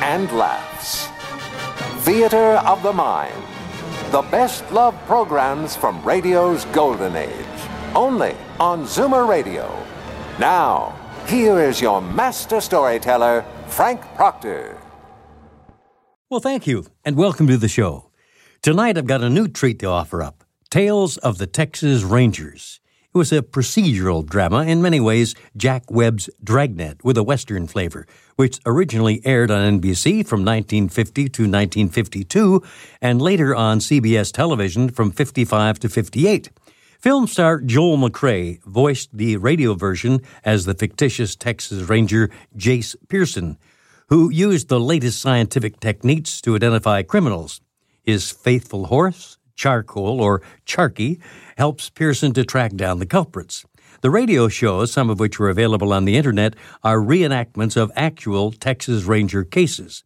and laughs. Theater of the Mind. The best love programs from radio's golden age. Only on Zoomer Radio. Now, here is your master storyteller, Frank Proctor. Well, thank you, and welcome to the show. Tonight I've got a new treat to offer up Tales of the Texas Rangers. It was a procedural drama, in many ways, Jack Webb's Dragnet with a Western flavor, which originally aired on NBC from 1950 to 1952 and later on CBS television from 55 to 58. Film star Joel McRae voiced the radio version as the fictitious Texas Ranger Jace Pearson, who used the latest scientific techniques to identify criminals. His faithful horse, Charcoal or Charky, helps Pearson to track down the culprits. The radio shows, some of which are available on the internet, are reenactments of actual Texas Ranger cases.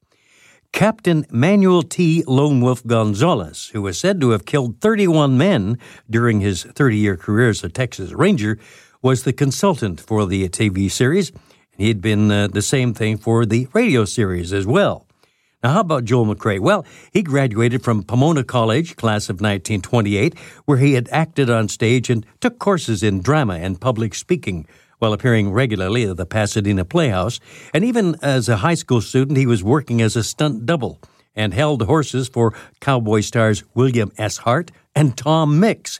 Captain Manuel T. Lone Wolf Gonzalez, who was said to have killed 31 men during his 30 year career as a Texas Ranger, was the consultant for the TV series. He had been uh, the same thing for the radio series as well. Now, how about Joel McRae? Well, he graduated from Pomona College, class of 1928, where he had acted on stage and took courses in drama and public speaking while appearing regularly at the Pasadena Playhouse. And even as a high school student, he was working as a stunt double and held horses for cowboy stars William S. Hart and Tom Mix.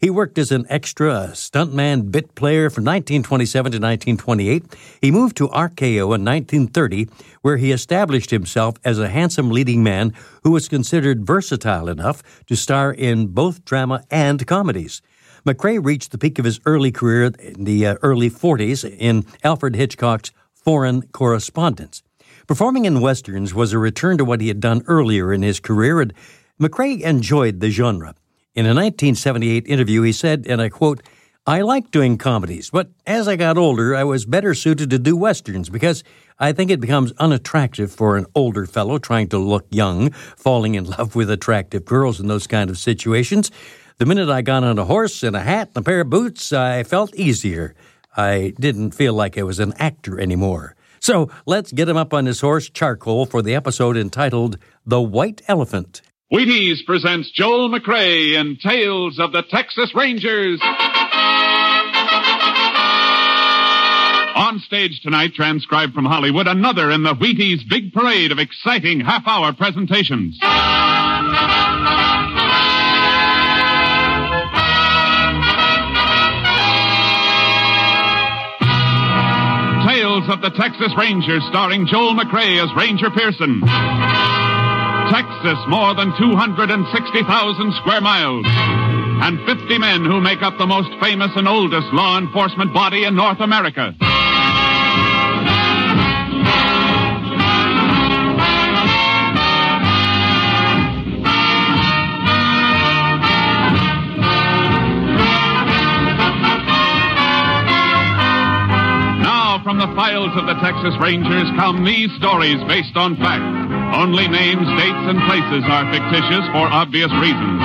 He worked as an extra, a stuntman, bit player from 1927 to 1928. He moved to RKO in 1930, where he established himself as a handsome leading man who was considered versatile enough to star in both drama and comedies. McRae reached the peak of his early career in the uh, early 40s in Alfred Hitchcock's Foreign Correspondence. Performing in westerns was a return to what he had done earlier in his career, and McRae enjoyed the genre. In a 1978 interview, he said, and I quote, I liked doing comedies, but as I got older, I was better suited to do westerns because I think it becomes unattractive for an older fellow trying to look young, falling in love with attractive girls in those kind of situations. The minute I got on a horse and a hat and a pair of boots, I felt easier. I didn't feel like I was an actor anymore. So let's get him up on his horse, Charcoal, for the episode entitled The White Elephant. Wheaties presents Joel McRae in Tales of the Texas Rangers. On stage tonight, transcribed from Hollywood, another in the Wheaties Big Parade of exciting half hour presentations. Tales of the Texas Rangers, starring Joel McRae as Ranger Pearson. Texas, more than 260,000 square miles. And 50 men who make up the most famous and oldest law enforcement body in North America. Now, from the files of the Texas Rangers come these stories based on fact. Only names, dates, and places are fictitious for obvious reasons.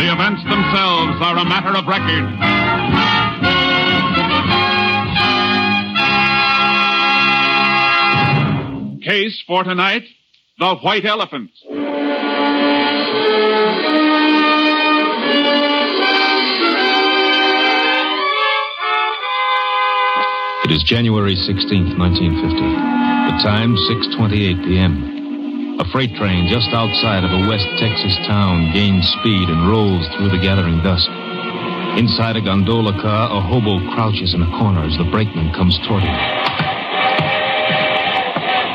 The events themselves are a matter of record. Case for tonight The White Elephant. It is January 16th, 1950. The time 6:28 p.m. A freight train just outside of a West Texas town gains speed and rolls through the gathering dusk. Inside a gondola car, a hobo crouches in a corner as the brakeman comes toward him.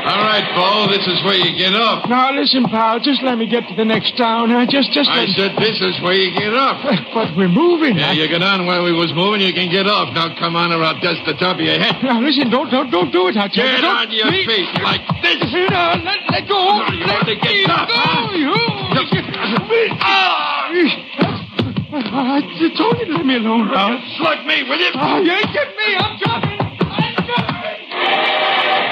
All right, right, Bo. This is where you get up. Now listen, pal. Just let me get to the next town. Huh? Just, just. I let- said this is where you get up. But we're moving. Yeah, you get on where we was moving, you can get off. Now come on or I'll dust the top of your head. Now listen. Don't, don't, don't do it. I tell you. Get Don't- on your Please. feet like this. No, let, let go. No, you let ought to get me up, go. huh? You. Ah! I told Ah, you to leave me alone, pal. Slug me, will you? Oh, you ain't get me. I'm coming. I'm coming.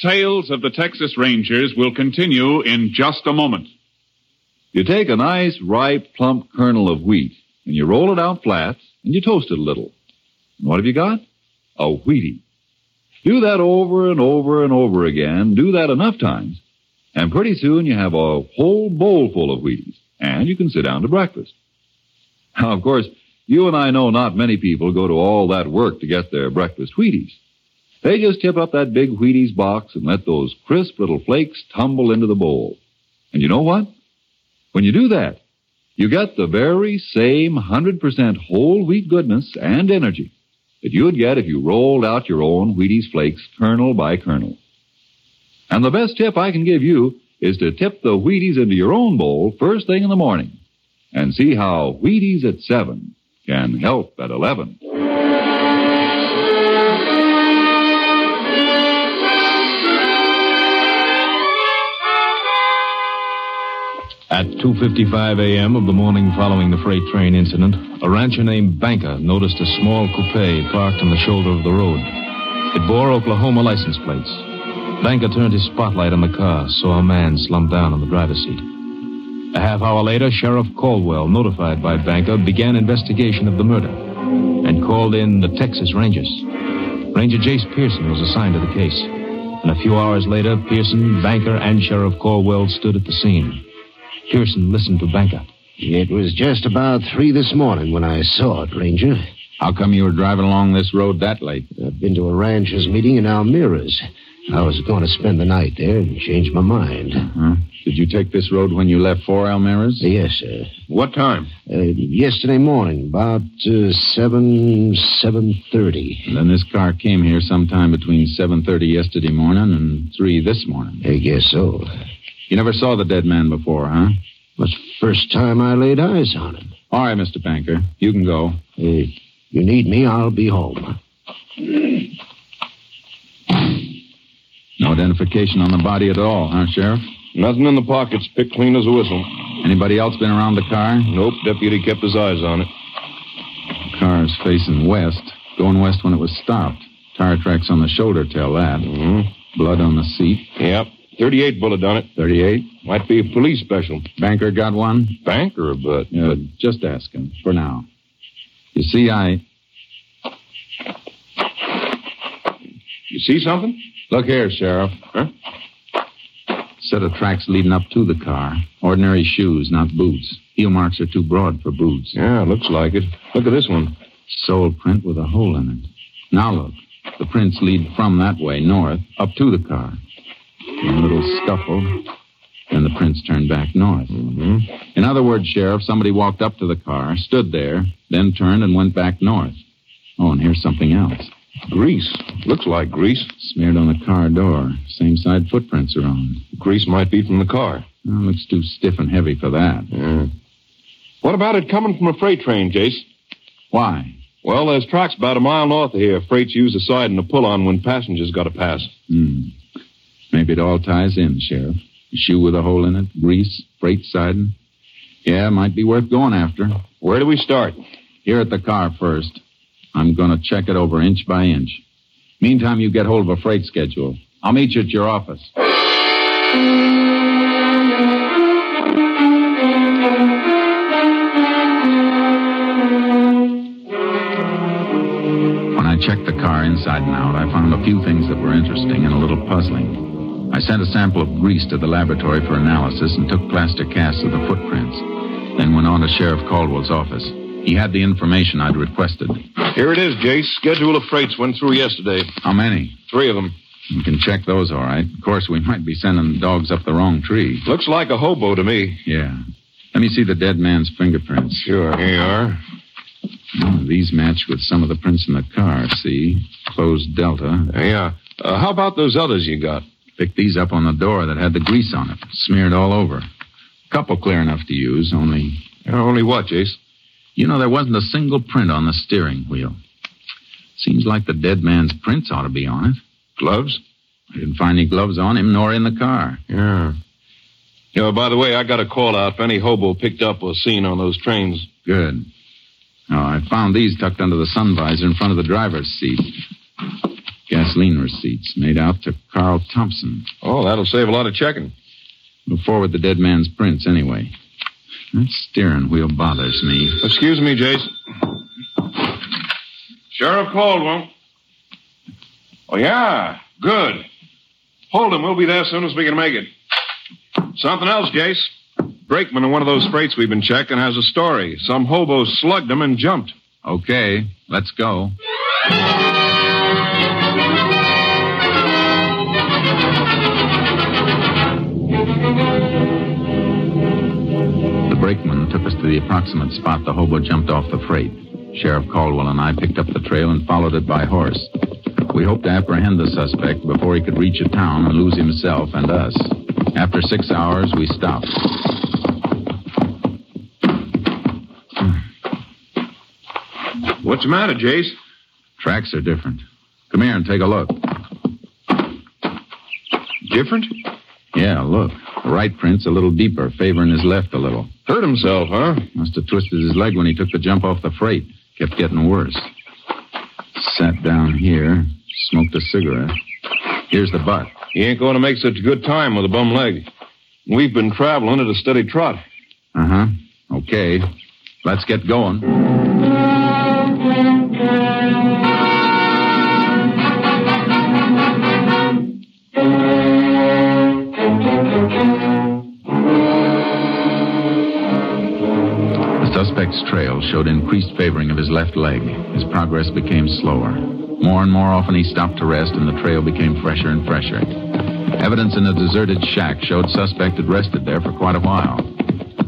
Tales of the Texas Rangers will continue in just a moment. You take a nice, ripe, plump kernel of wheat, and you roll it out flat, and you toast it a little. And what have you got? A Wheatie. Do that over and over and over again. Do that enough times. And pretty soon you have a whole bowl full of Wheaties, and you can sit down to breakfast. Now, of course, you and I know not many people go to all that work to get their breakfast Wheaties. They just tip up that big Wheaties box and let those crisp little flakes tumble into the bowl. And you know what? When you do that, you get the very same 100% whole wheat goodness and energy that you would get if you rolled out your own Wheaties flakes kernel by kernel. And the best tip I can give you is to tip the Wheaties into your own bowl first thing in the morning and see how Wheaties at 7 can help at 11. At 2.55 a.m. of the morning following the freight train incident, a rancher named Banker noticed a small coupe parked on the shoulder of the road. It bore Oklahoma license plates. Banker turned his spotlight on the car, saw a man slump down on the driver's seat. A half hour later, Sheriff Caldwell, notified by Banker, began investigation of the murder and called in the Texas Rangers. Ranger Jace Pearson was assigned to the case. And a few hours later, Pearson, Banker, and Sheriff Caldwell stood at the scene. Pearson listened to Banker. It was just about three this morning when I saw it, Ranger. How come you were driving along this road that late? I've been to a ranchers meeting in Almira's. I was going to spend the night there and change my mind. Did you take this road when you left for Almira's? Yes, sir. What time? Uh, yesterday morning, about uh, seven seven thirty. Then this car came here sometime between 7.30 yesterday morning and 3 this morning. I guess so. You never saw the dead man before, huh? Was the first time I laid eyes on him. All right, Mr. Banker. You can go. Uh, you need me, I'll be home. No identification on the body at all, huh, Sheriff? Nothing in the pockets, picked clean as a whistle. Anybody else been around the car? Nope, deputy kept his eyes on it. The car is facing west. Going west when it was stopped. Tire tracks on the shoulder tell that. Mm-hmm. Blood on the seat. Yep, 38 bullet on it. 38. Might be a police special. Banker got one? Banker, but. Yeah, just ask him for now. You see, I You see something? look here, Sheriff. Huh? Set of tracks leading up to the car. Ordinary shoes, not boots. Heel marks are too broad for boots. Yeah, looks like it. Look at this one. Sole print with a hole in it. Now look. The prints lead from that way north up to the car. A little scuffle. Then the prints turn back north. Mm-hmm. In other words, Sheriff, somebody walked up to the car, stood there, then turned and went back north. Oh, and here's something else. Grease. Looks like grease. Smeared on the car door. Same side footprints are on. Grease might be from the car. Oh, looks too stiff and heavy for that. What about it coming from a freight train, Jace? Why? Well, there's tracks about a mile north of here. Freights use the siding to pull on when passengers got to pass. Hmm. Maybe it all ties in, Sheriff. A shoe with a hole in it, grease, freight siding. Yeah, might be worth going after. Where do we start? Here at the car first. I'm going to check it over inch by inch. Meantime, you get hold of a freight schedule. I'll meet you at your office. When I checked the car inside and out, I found a few things that were interesting and a little puzzling. I sent a sample of grease to the laboratory for analysis and took plaster casts of the footprints, then went on to Sheriff Caldwell's office. He had the information I'd requested. Here it is, Jace. Schedule of freights went through yesterday. How many? Three of them. You can check those, all right. Of course, we might be sending the dogs up the wrong tree. Looks like a hobo to me. Yeah. Let me see the dead man's fingerprints. Sure, here you are. Oh, these match with some of the prints in the car, see? Closed Delta. Yeah. Uh, how about those others you got? Picked these up on the door that had the grease on it, smeared all over. Couple clear enough to use, only. Only what, Jace? You know, there wasn't a single print on the steering wheel. Seems like the dead man's prints ought to be on it. Gloves? I didn't find any gloves on him nor in the car. Yeah. You know, by the way, I got a call out if any hobo picked up or seen on those trains. Good. Oh, I found these tucked under the sun visor in front of the driver's seat. Gasoline receipts made out to Carl Thompson. Oh, that'll save a lot of checking. Move forward the dead man's prints, anyway. That steering wheel bothers me. Excuse me, Jason. Sheriff Caldwell. Oh, yeah. Good. Hold him. We'll be there as soon as we can make it. Something else, Jace. Brakeman in one of those freights we've been checking has a story. Some hobo slugged him and jumped. Okay, let's go. The brakeman took us to the approximate spot the hobo jumped off the freight. Sheriff Caldwell and I picked up the trail and followed it by horse. We hoped to apprehend the suspect before he could reach a town and lose himself and us. After six hours, we stopped. What's the matter, Jace? Tracks are different. Come here and take a look. Different? Yeah, look. The right print's a little deeper, favoring his left a little. Hurt himself, huh? Must have twisted his leg when he took the jump off the freight. Kept getting worse. Sat down here, smoked a cigarette. Here's the butt. He ain't going to make such a good time with a bum leg. We've been traveling at a steady trot. Uh huh. Okay. Let's get going. The suspect's trail showed increased favoring of his left leg. His progress became slower. More and more often he stopped to rest, and the trail became fresher and fresher. Evidence in a deserted shack showed suspect had rested there for quite a while.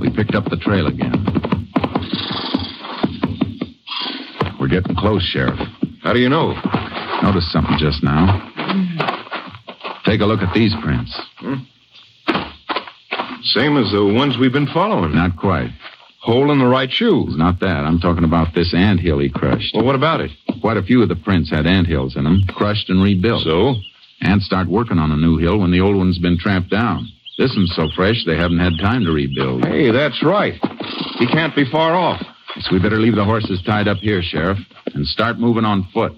We picked up the trail again. We're getting close, Sheriff. How do you know? Noticed something just now. Take a look at these prints. Hmm. Same as the ones we've been following. Not quite. Hole in the right shoe. It's not that. I'm talking about this ant hill he crushed. Well, what about it? Quite a few of the prints had ant hills in them, crushed and rebuilt. So? Ants start working on a new hill when the old one's been tramped down. This one's so fresh they haven't had time to rebuild. Hey, that's right. He can't be far off. Yes, we better leave the horses tied up here, Sheriff, and start moving on foot.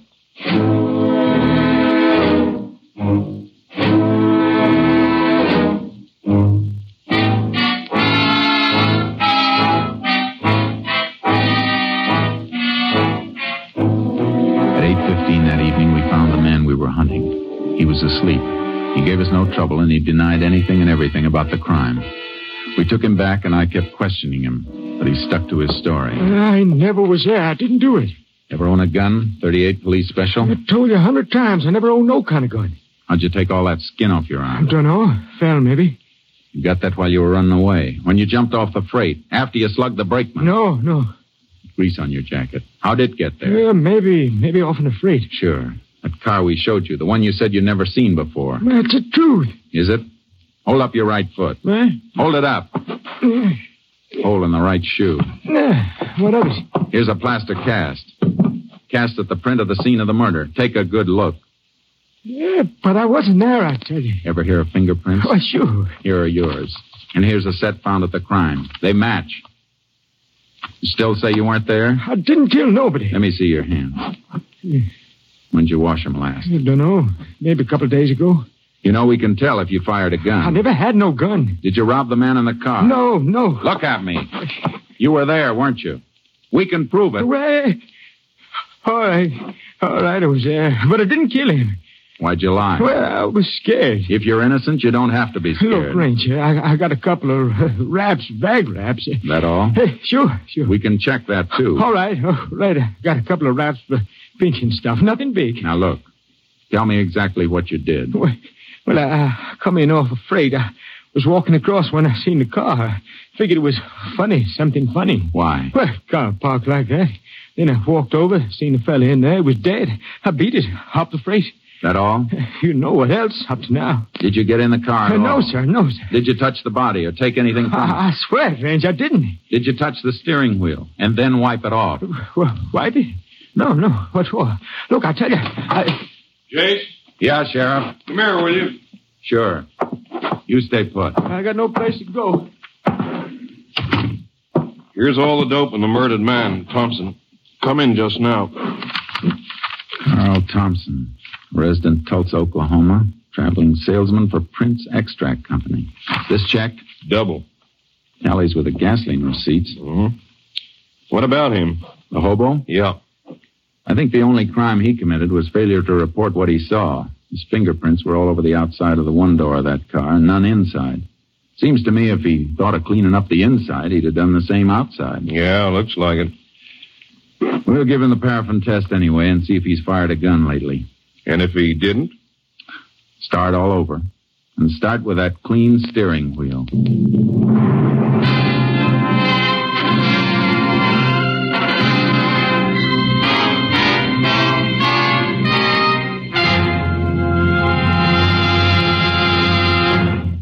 no trouble, and he denied anything and everything about the crime. We took him back, and I kept questioning him, but he stuck to his story. I never was there. I didn't do it. Ever own a gun? 38 police special? I told you a hundred times. I never owned no kind of gun. How'd you take all that skin off your arm? I don't know. Fell, maybe. You got that while you were running away. When you jumped off the freight, after you slugged the brakeman. No, no. Grease on your jacket. How'd it get there? Uh, maybe, maybe off in the freight. Sure. That car we showed you, the one you said you'd never seen before. That's the truth. Is it? Hold up your right foot. What? Hold it up. Hole in the right shoe. What of it? Here's a plaster cast. Cast at the print of the scene of the murder. Take a good look. Yeah, but I wasn't there, I tell you. Ever hear of fingerprints? Oh, sure. Here are yours. And here's a set found at the crime. They match. You still say you weren't there? I didn't kill nobody. Let me see your hand. Yeah. When'd you wash them last? I don't know. Maybe a couple of days ago. You know, we can tell if you fired a gun. I never had no gun. Did you rob the man in the car? No, no. Look at me. You were there, weren't you? We can prove it. Well, all right. All right, I was there. But I didn't kill him. Why'd you lie? Well, I was scared. If you're innocent, you don't have to be scared. Look, Ranger, I, I got a couple of uh, wraps, bag wraps. That all? Hey, sure, sure. We can check that, too. Oh, All right, all right. I got a couple of wraps for pinching stuff. Nothing big. Now, look. Tell me exactly what you did. Well, I, I come in off a freight. I was walking across when I seen the car. I figured it was funny, something funny. Why? Well, car parked like that. Then I walked over, seen the fella in there. It was dead. I beat it, hopped the freight. That all? You know what else up to now. Did you get in the car? At Uh, no, all? sir, no, sir. Did you touch the body or take anything from it? I, I swear, Range, I didn't. Did you touch the steering wheel and then wipe it off? Well, wipe it? No, no. What for? Look, I tell you, I... Jase, Yeah, Sheriff. come here, will you? Sure. You stay put. I got no place to go. Here's all the dope on the murdered man, Thompson. Come in just now. Carl Thompson, resident Tulsa, Oklahoma, traveling salesman for Prince Extract Company. This check? Double. Tallies with the gasoline receipts. Mm-hmm. What about him? The hobo? Yeah. I think the only crime he committed was failure to report what he saw. His fingerprints were all over the outside of the one door of that car, none inside. Seems to me if he thought of cleaning up the inside, he'd have done the same outside. Yeah, looks like it. We'll give him the paraffin test anyway and see if he's fired a gun lately. And if he didn't? Start all over. And start with that clean steering wheel.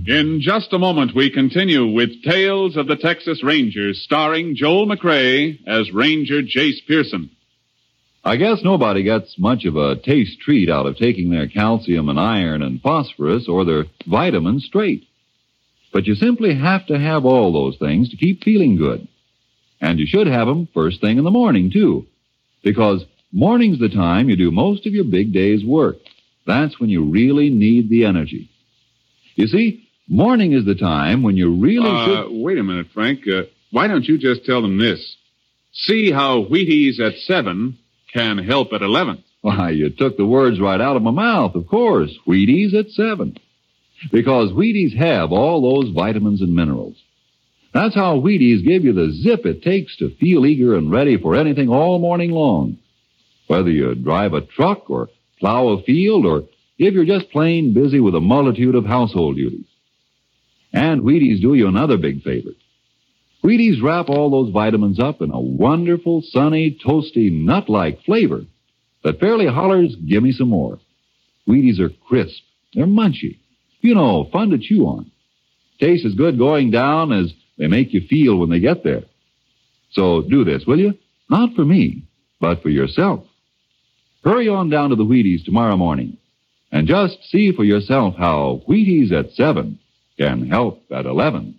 In just a moment, we continue with Tales of the Texas Rangers, starring Joel McRae as Ranger Jace Pearson. I guess nobody gets much of a taste treat out of taking their calcium and iron and phosphorus or their vitamins straight. But you simply have to have all those things to keep feeling good. And you should have them first thing in the morning, too. Because morning's the time you do most of your big day's work. That's when you really need the energy. You see, morning is the time when you really Uh, should. wait a minute, Frank. Uh, why don't you just tell them this? See how Wheaties at 7 can help at 11. Why, you took the words right out of my mouth, of course. Wheaties at seven. Because Wheaties have all those vitamins and minerals. That's how Wheaties give you the zip it takes to feel eager and ready for anything all morning long. Whether you drive a truck or plow a field or if you're just plain busy with a multitude of household duties. And Wheaties do you another big favor. Wheaties wrap all those vitamins up in a wonderful, sunny, toasty, nut-like flavor that fairly hollers, give me some more. Wheaties are crisp. They're munchy. You know, fun to chew on. Taste as good going down as they make you feel when they get there. So do this, will you? Not for me, but for yourself. Hurry on down to the Wheaties tomorrow morning and just see for yourself how Wheaties at 7 can help at 11.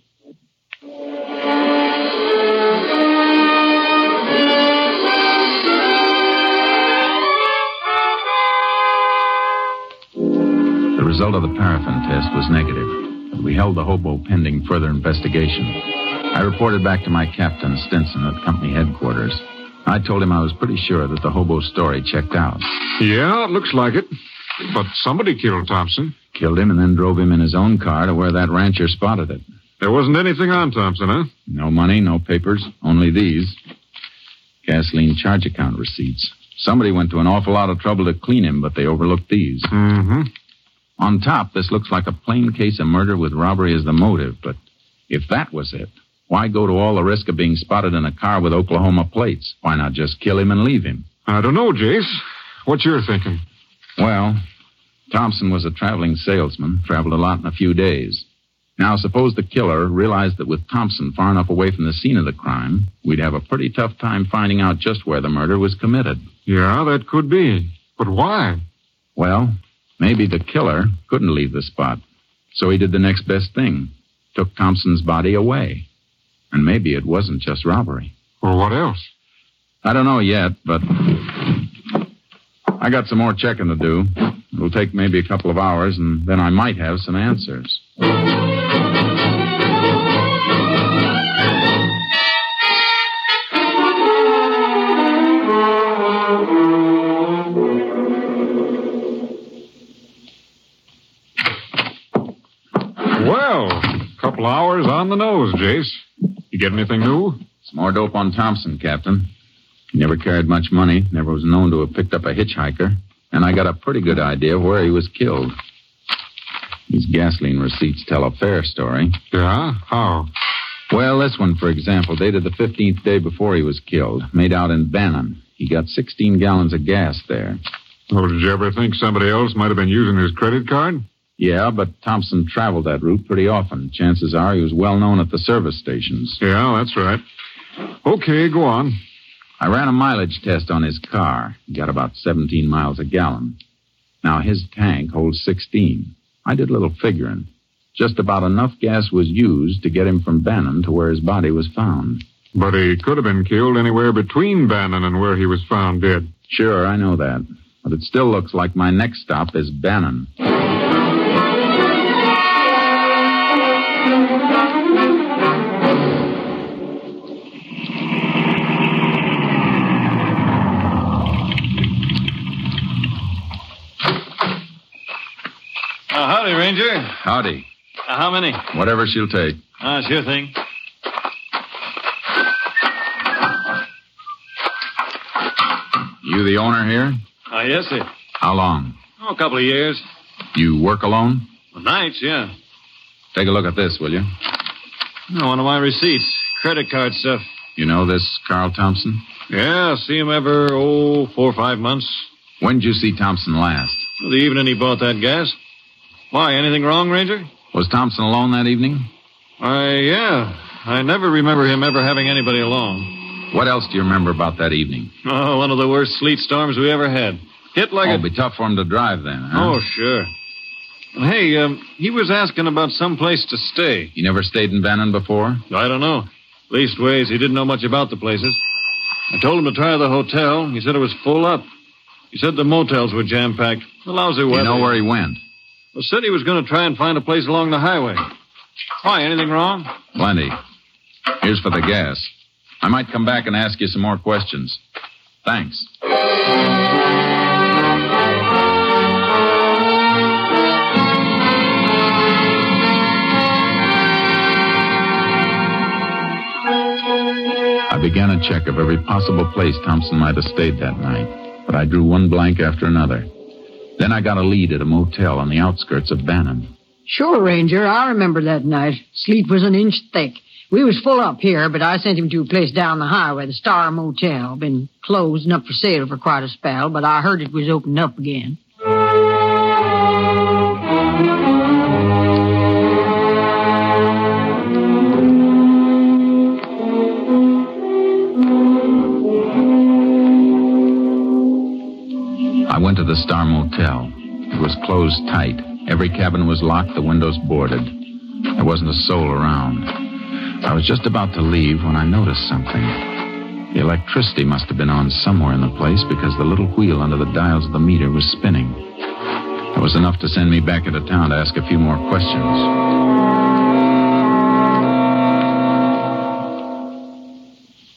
The result of the paraffin test was negative, but we held the hobo pending further investigation. I reported back to my captain, Stinson, at company headquarters. I told him I was pretty sure that the hobo story checked out. Yeah, it looks like it. But somebody killed Thompson. Killed him and then drove him in his own car to where that rancher spotted it. There wasn't anything on Thompson, huh? No money, no papers, only these gasoline charge account receipts. Somebody went to an awful lot of trouble to clean him, but they overlooked these. Mm-hmm. On top, this looks like a plain case of murder with robbery as the motive, but if that was it, why go to all the risk of being spotted in a car with Oklahoma plates? Why not just kill him and leave him? I don't know, Jace. What you're thinking? Well, Thompson was a traveling salesman, traveled a lot in a few days. Now, suppose the killer realized that with Thompson far enough away from the scene of the crime, we'd have a pretty tough time finding out just where the murder was committed. Yeah, that could be. But why? Well, maybe the killer couldn't leave the spot. So he did the next best thing took Thompson's body away. And maybe it wasn't just robbery. Or what else? I don't know yet, but I got some more checking to do. It'll take maybe a couple of hours, and then I might have some answers. Well, couple hours on the nose, Jace. You get anything new? Some more dope on Thompson, Captain. He never carried much money, never was known to have picked up a hitchhiker. and I got a pretty good idea where he was killed. These gasoline receipts tell a fair story. Yeah? How? Oh. Well, this one, for example, dated the 15th day before he was killed, made out in Bannon. He got 16 gallons of gas there. Oh, did you ever think somebody else might have been using his credit card? Yeah, but Thompson traveled that route pretty often. Chances are he was well known at the service stations. Yeah, that's right. Okay, go on. I ran a mileage test on his car. He got about 17 miles a gallon. Now, his tank holds 16. I did a little figuring. Just about enough gas was used to get him from Bannon to where his body was found. But he could have been killed anywhere between Bannon and where he was found dead. Sure, I know that. But it still looks like my next stop is Bannon. Uh, howdy, Ranger. Uh, Howdy. how many? Whatever she'll take. Ah, sure thing. You the owner here? Uh, yes, sir. How long? Oh, a couple of years. You work alone? Nights, yeah. Take a look at this, will you? Oh, one of my receipts. Credit card stuff. You know this Carl Thompson? Yeah, see him ever, oh, four or five months. When did you see Thompson last? The evening he bought that gas. Why, anything wrong, Ranger? Was Thompson alone that evening? Why, yeah. I never remember him ever having anybody along. What else do you remember about that evening? Oh, one of the worst sleet storms we ever had. Hit like oh, a it'd be tough for him to drive then, huh? Oh, sure. Hey, um, he was asking about some place to stay. He never stayed in Bannon before? I don't know. Leastways, he didn't know much about the places. I told him to try the hotel. He said it was full up. He said the motels were jam packed. The lousy you weather. know where he went? Well, said he was going to try and find a place along the highway. Why, anything wrong? Plenty. Here's for the gas. I might come back and ask you some more questions. Thanks. I began a check of every possible place Thompson might have stayed that night, but I drew one blank after another. Then I got a lead at a motel on the outskirts of Bannon. Sure, Ranger. I remember that night. Sleet was an inch thick. We was full up here, but I sent him to a place down the highway, the Star Motel. Been closed and up for sale for quite a spell, but I heard it was opened up again. I went to the Star Motel. It was closed tight. Every cabin was locked, the windows boarded. There wasn't a soul around. I was just about to leave when I noticed something. The electricity must have been on somewhere in the place because the little wheel under the dials of the meter was spinning. It was enough to send me back into town to ask a few more questions.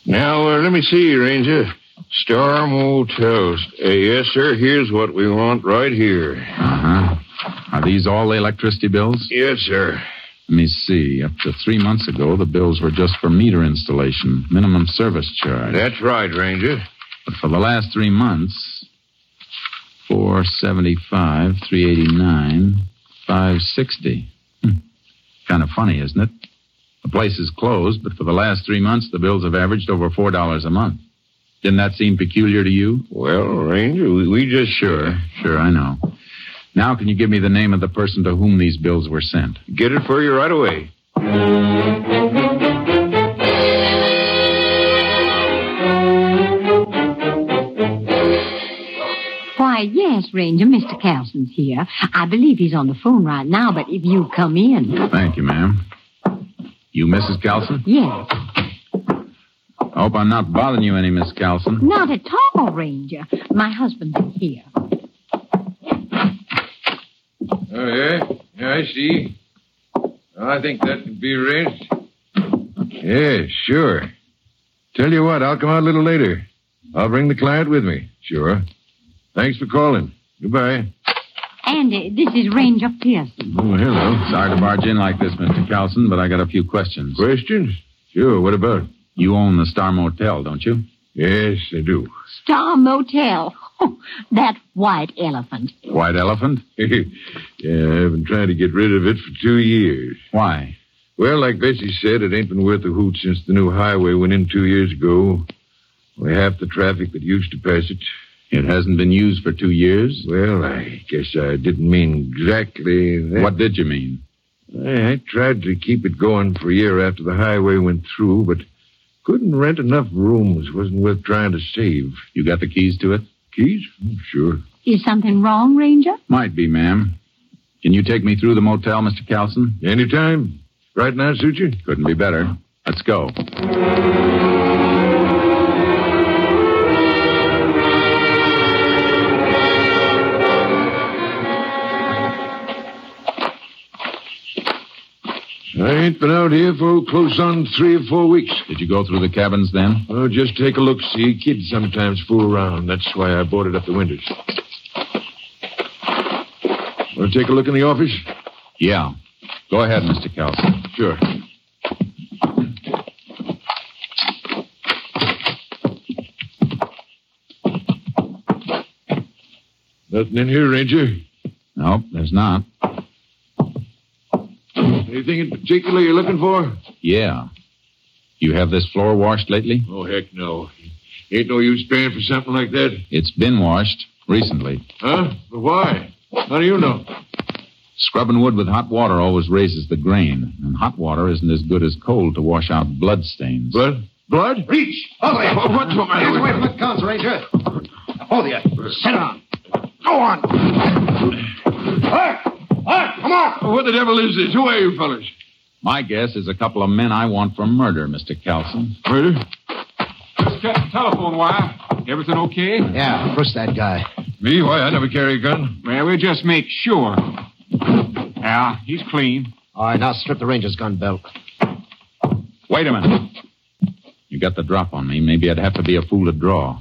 Now, uh, let me see, Ranger. Star Motel. Uh, yes, sir. Here's what we want right here. Uh huh. Are these all the electricity bills? Yes, sir. Let me see. Up to three months ago, the bills were just for meter installation, minimum service charge. That's right, Ranger. But for the last three months, 475, 389, 560. Kind of Hmm. funny, isn't it? The place is closed, but for the last three months, the bills have averaged over $4 a month. Didn't that seem peculiar to you? Well, Ranger, we, we just sure. Sure, I know. Now, can you give me the name of the person to whom these bills were sent? Get it for you right away. Why, yes, Ranger, Mr. Carlson's here. I believe he's on the phone right now, but if you come in. Thank you, ma'am. You, Mrs. Calson? Yes, I hope I'm not bothering you any, Miss Calson. not at all, Ranger. My husband's here. Oh, yeah? Yeah, I see. Well, I think that can be arranged. Yeah, sure. Tell you what, I'll come out a little later. I'll bring the client with me. Sure. Thanks for calling. Goodbye. Andy, uh, this is Ranger Pearson. Oh, hello. Sorry to barge in like this, Mr. Calson, but I got a few questions. Questions? Sure. What about? You own the Star Motel, don't you? Yes, I do. Star Motel. Oh, That white elephant. White elephant? yeah, I've been trying to get rid of it for two years. Why? Well, like Betsy said, it ain't been worth a hoot since the new highway went in two years ago. Only half the traffic that used to pass it. It hasn't been used for two years? Well, I guess I didn't mean exactly that. What did you mean? I, I tried to keep it going for a year after the highway went through, but couldn't rent enough rooms. Wasn't worth trying to save. You got the keys to it? Keys? Oh, Sure. Is something wrong, Ranger? Might be, ma'am. Can you take me through the motel, Mr. Calson? Anytime. Right now, suit you? Couldn't be better. Let's go. I ain't been out here for close on three or four weeks. Did you go through the cabins then? Oh, just take a look, see. Kids sometimes fool around. That's why I boarded up the windows. Want to take a look in the office? Yeah. Go ahead, Mr. Calson. Sure. Nothing in here, Ranger. Nope, there's not. Anything in particular you're looking for? Yeah. You have this floor washed lately? Oh, heck no. Ain't no use paying for something like that. It's been washed recently. Huh? But why? How do you know? Scrubbing wood with hot water always raises the grain, and hot water isn't as good as cold to wash out blood stains. Blood? Blood? Reach! Ugly! Oh, what's the matter Get with away you? from the guns, Ranger. Oh, Hold you. uh, Sit down. Go on. Hark! Hark! Come on! What the devil is this? Who are you fellas? My guess is a couple of men I want for murder, Mr. Calson. Murder? Just cut the telephone wire. Everything okay? Yeah, push that guy. Me? Why, I never carry a gun. Well, we'll just make sure. Yeah, he's clean. All right, now strip the Ranger's gun belt. Wait a minute. You got the drop on me. Maybe I'd have to be a fool to draw.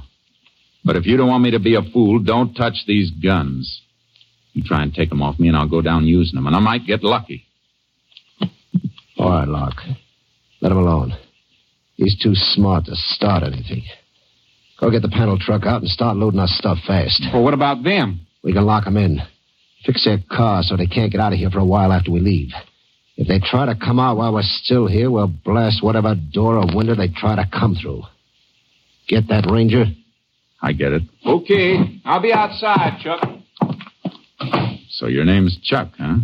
But if you don't want me to be a fool, don't touch these guns. You try and take them off me, and I'll go down using them, and I might get lucky. All right, Locke. Let him alone. He's too smart to start anything. Go get the panel truck out and start loading our stuff fast. Well, what about them? We can lock them in. Fix their car so they can't get out of here for a while after we leave. If they try to come out while we're still here, we'll blast whatever door or window they try to come through. Get that, Ranger? I get it. Okay. I'll be outside, Chuck. So your name's Chuck, huh?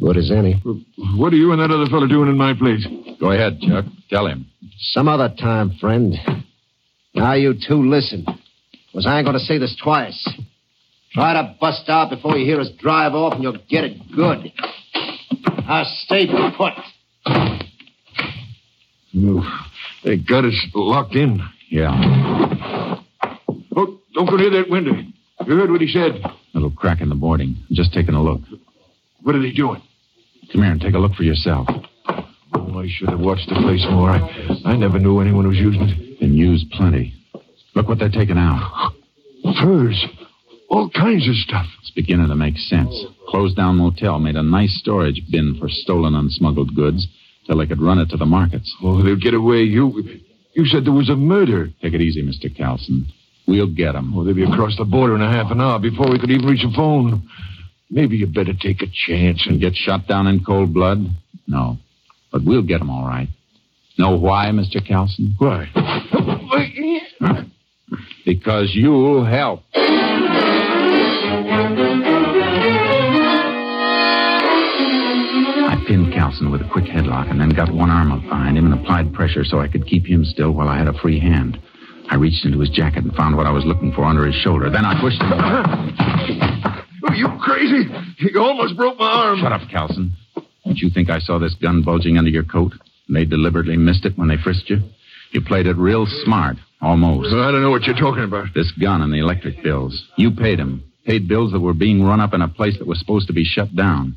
Good as any. What are you and that other fellow doing in my place? Go ahead, Chuck. Tell him. Some other time, friend. Now you two listen. Was I ain't gonna say this twice. Try to bust out before you hear us drive off and you'll get it good. Now stay put. No. They got us locked in. Yeah. Oh, don't go near that window. You heard what he said. Little crack in the boarding. Just taking a look. What are they doing? Come here and take a look for yourself. Oh, I should have watched the place more. I, I never knew anyone was using it. Been used plenty. Look what they're taking out. Furs. All kinds of stuff. It's beginning to make sense. Closed down motel made a nice storage bin for stolen unsmuggled goods till they could run it to the markets. Oh, they'll get away. You you said there was a murder. Take it easy, Mr. Calson. We'll get 'em. Oh, they'll be across the border in a half an hour before we could even reach a phone. Maybe you better take a chance and And get shot down in cold blood? No. But we'll get 'em all right. Know why, Mr. Calson? why? Because you'll help. I pinned Calson with a quick headlock and then got one arm up behind him and applied pressure so I could keep him still while I had a free hand. I reached into his jacket and found what I was looking for under his shoulder. Then I pushed him. away. Are you crazy? You almost broke my arm. Shut up, Calson. Don't you think I saw this gun bulging under your coat? And they deliberately missed it when they frisked you? You played it real smart, almost. I don't know what you're talking about. This gun and the electric bills. You paid 'em. Paid bills that were being run up in a place that was supposed to be shut down.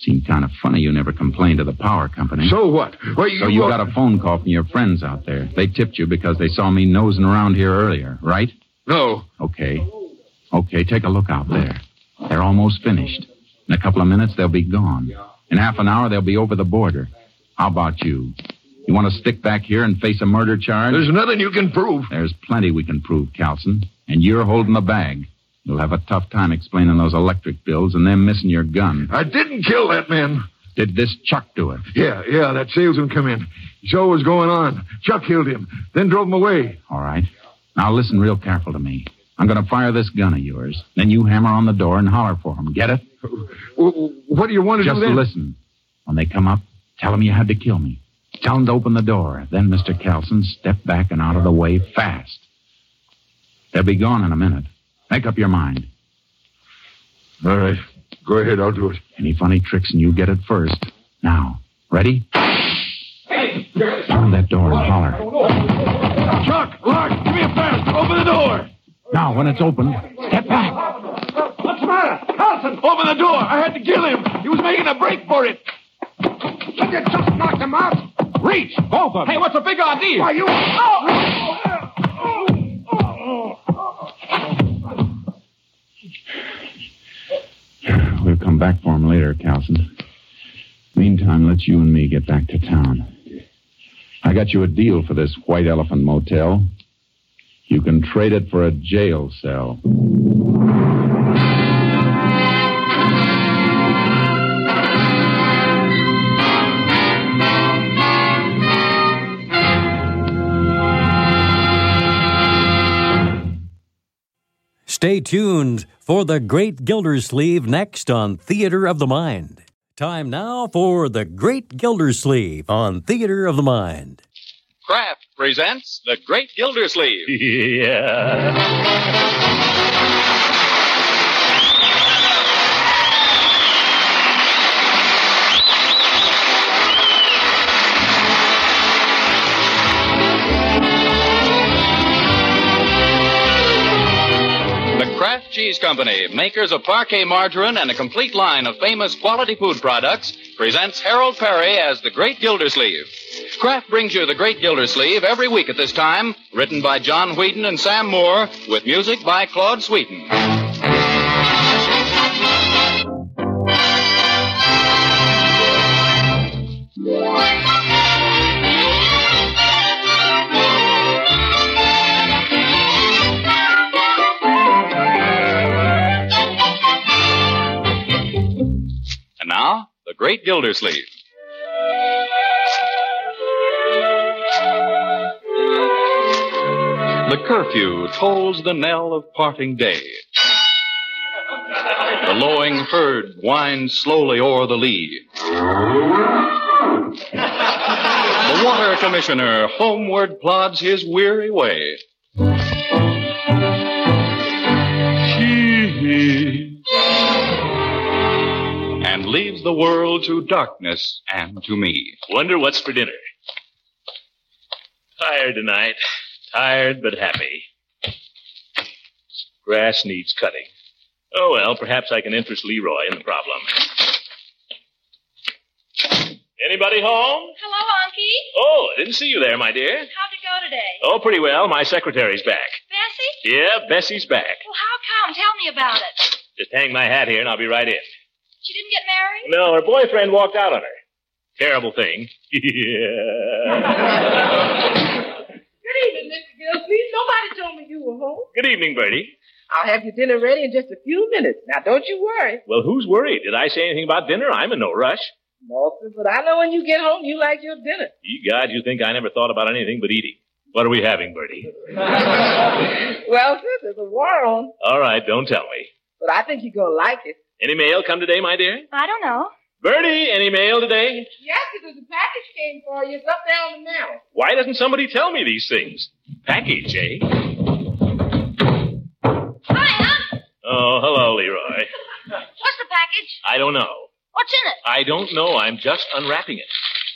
Seemed kind of funny you never complained to the power company. So what? Well, So you got a phone call from your friends out there. They tipped you because they saw me nosing around here earlier, right? No. Okay. Okay, take a look out there. They're almost finished. In a couple of minutes, they'll be gone. In half an hour, they'll be over the border. How about you? You want to stick back here and face a murder charge? There's nothing you can prove. There's plenty we can prove, Calson. And you're holding the bag. You'll have a tough time explaining those electric bills, and they're missing your gun. I didn't kill that man. Did this Chuck do it? Yeah, yeah, that salesman come in. Saw what was going on. Chuck killed him, then drove him away. All right. Now listen real careful to me. I'm going to fire this gun of yours. Then you hammer on the door and holler for 'em. Get it? What do you want to Just do then? listen. When they come up, tell 'em you had to kill me. Tell 'em to open the door. Then, Mr. Kelson, step back and out of the way fast. They'll be gone in a minute. Make up your mind. All right. Go ahead. I'll do it. Any funny tricks and you get it first. Now, ready? Open that door and holler. Chuck, Lark, give me a fast. Open the door. Now, when it's open, Step back. What's the matter? Carlson, open the door. I had to kill him. He was making a break for it. Did you just knock him out? Reach, both of them. Hey, what's the big idea? Why, you... We'll come back for 'em later, Calson. Meantime, let's you and me get back to town. I got you a deal for this White Elephant Motel. You can trade it for a jail cell. Stay tuned for The Great Gildersleeve next on Theater of the Mind. Time now for The Great Gildersleeve on Theater of the Mind. Kraft presents The Great Gildersleeve. yeah. The Kraft Cheese Company, makers of parquet margarine and a complete line of famous quality food products, presents Harold Perry as the Great Gildersleeve. Kraft brings you the Great Gildersleeve every week at this time, written by John Wheaton and Sam Moore, with music by Claude Sweeten. And now, the Great Gildersleeve. The curfew tolls the knell of parting day. The lowing herd winds slowly o'er the lea. The water commissioner homeward plods his weary way. and leaves the world to darkness and to me. Wonder what's for dinner. Tired tonight. Tired but happy. Grass needs cutting. Oh, well, perhaps I can interest Leroy in the problem. Anybody home? Hello, Unky. Oh, I didn't see you there, my dear. How'd it go today? Oh, pretty well. My secretary's back. Bessie? Yeah, Bessie's back. Well, how come? Tell me about it. Just hang my hat here and I'll be right in. She didn't get married? No, her boyfriend walked out on her. Terrible thing. yeah. Good evening, Mr. Gillespie. Nobody told me you were home. Good evening, Bertie. I'll have your dinner ready in just a few minutes. Now, don't you worry. Well, who's worried? Did I say anything about dinner? I'm in no rush. No, sir, but I know when you get home, you like your dinner. Ye God, you think I never thought about anything but eating. What are we having, Bertie? Well, sir, there's a war on, All right, don't tell me. but I think you're going to like it. Any mail come today, my dear? I don't know. Bertie, any mail today? Yes, sir, there's a package came for you. It's up there on the mountain. Why doesn't somebody tell me these things? Package, eh? Oh, hello, Leroy. What's the package? I don't know. What's in it? I don't know. I'm just unwrapping it.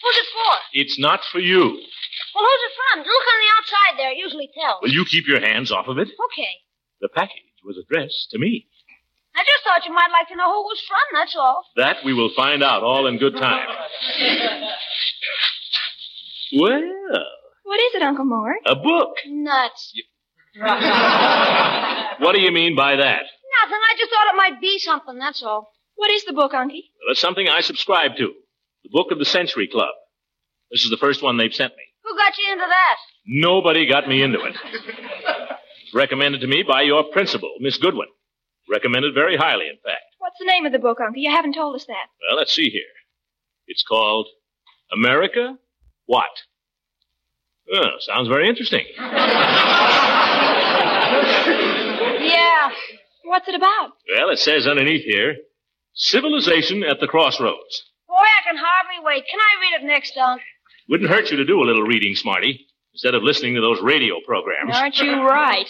Who's it for? It's not for you. Well, who's it from? Look on the outside there. It usually tells. Will you keep your hands off of it? Okay. The package was addressed to me. I just thought you might like to know who it was from, that's all. That we will find out all in good time. Well, What is it, Uncle Moore? a book. Nuts. What do you mean by that? Nothing. I just thought it might be something, that's all. What is the book, Unky? Well, it's something I subscribe to. The Book of the Century Club. This is the first one they've sent me. Who got you into that? Nobody got me into it. Recommended to me by your principal, Miss Goodwin. Recommended very highly, in fact. What's the name of the book, Uncle? You haven't told us that. Well, let's see here. It's called America What? Oh, sounds very interesting. Yeah. What's it about? Well, it says underneath here Civilization at the Crossroads. Boy, I can hardly wait. Can I read it next, Unc? Wouldn't hurt you to do a little reading, Smarty, instead of listening to those radio programs. Aren't you right?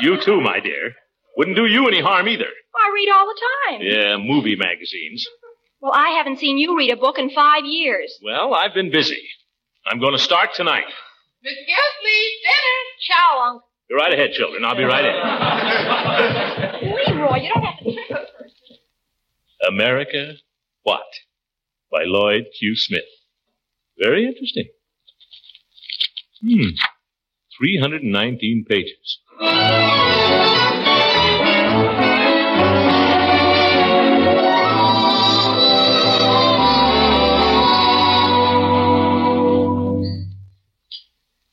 You too, my dear. Wouldn't do you any harm either. Well, I read all the time. Yeah, movie magazines. Well, I haven't seen you read a book in five years. Well, I've been busy. I'm going to start tonight. Miss Gilsley, dinner. Ciao, Unc. You're right ahead, children. I'll be right in. Leroy, you don't have to trick us. America What? by Lloyd Q. Smith. Very interesting. Hmm. 319 pages.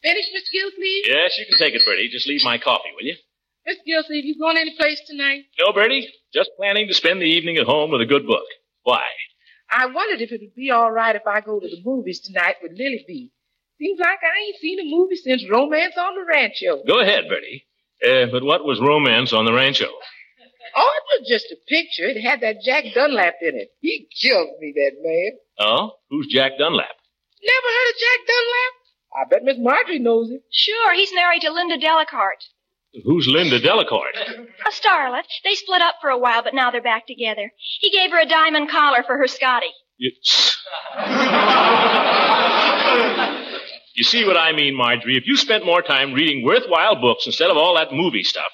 Finish, Miss Gilsleeve? Yes, you can take it, Bertie. Just leave my coffee, will you? Miss Gilsleeve, you going any place tonight? No, Bertie. Just planning to spend the evening at home with a good book. Why? I wondered if it would be all right if I go to the movies tonight with Lily B. Seems like I ain't seen a movie since Romance on the Rancho. Go ahead, Bertie. Uh, but what was romance on the rancho? Oh, it was just a picture. It had that Jack Dunlap in it. He killed me, that man. Oh, who's Jack Dunlap? Never heard of Jack Dunlap? I bet Miss Marjorie knows him. Sure, he's married to Linda Delicart, Who's Linda Delacorte? a starlet. They split up for a while, but now they're back together. He gave her a diamond collar for her Scotty. You, you see what I mean, Marjorie? If you spent more time reading worthwhile books instead of all that movie stuff,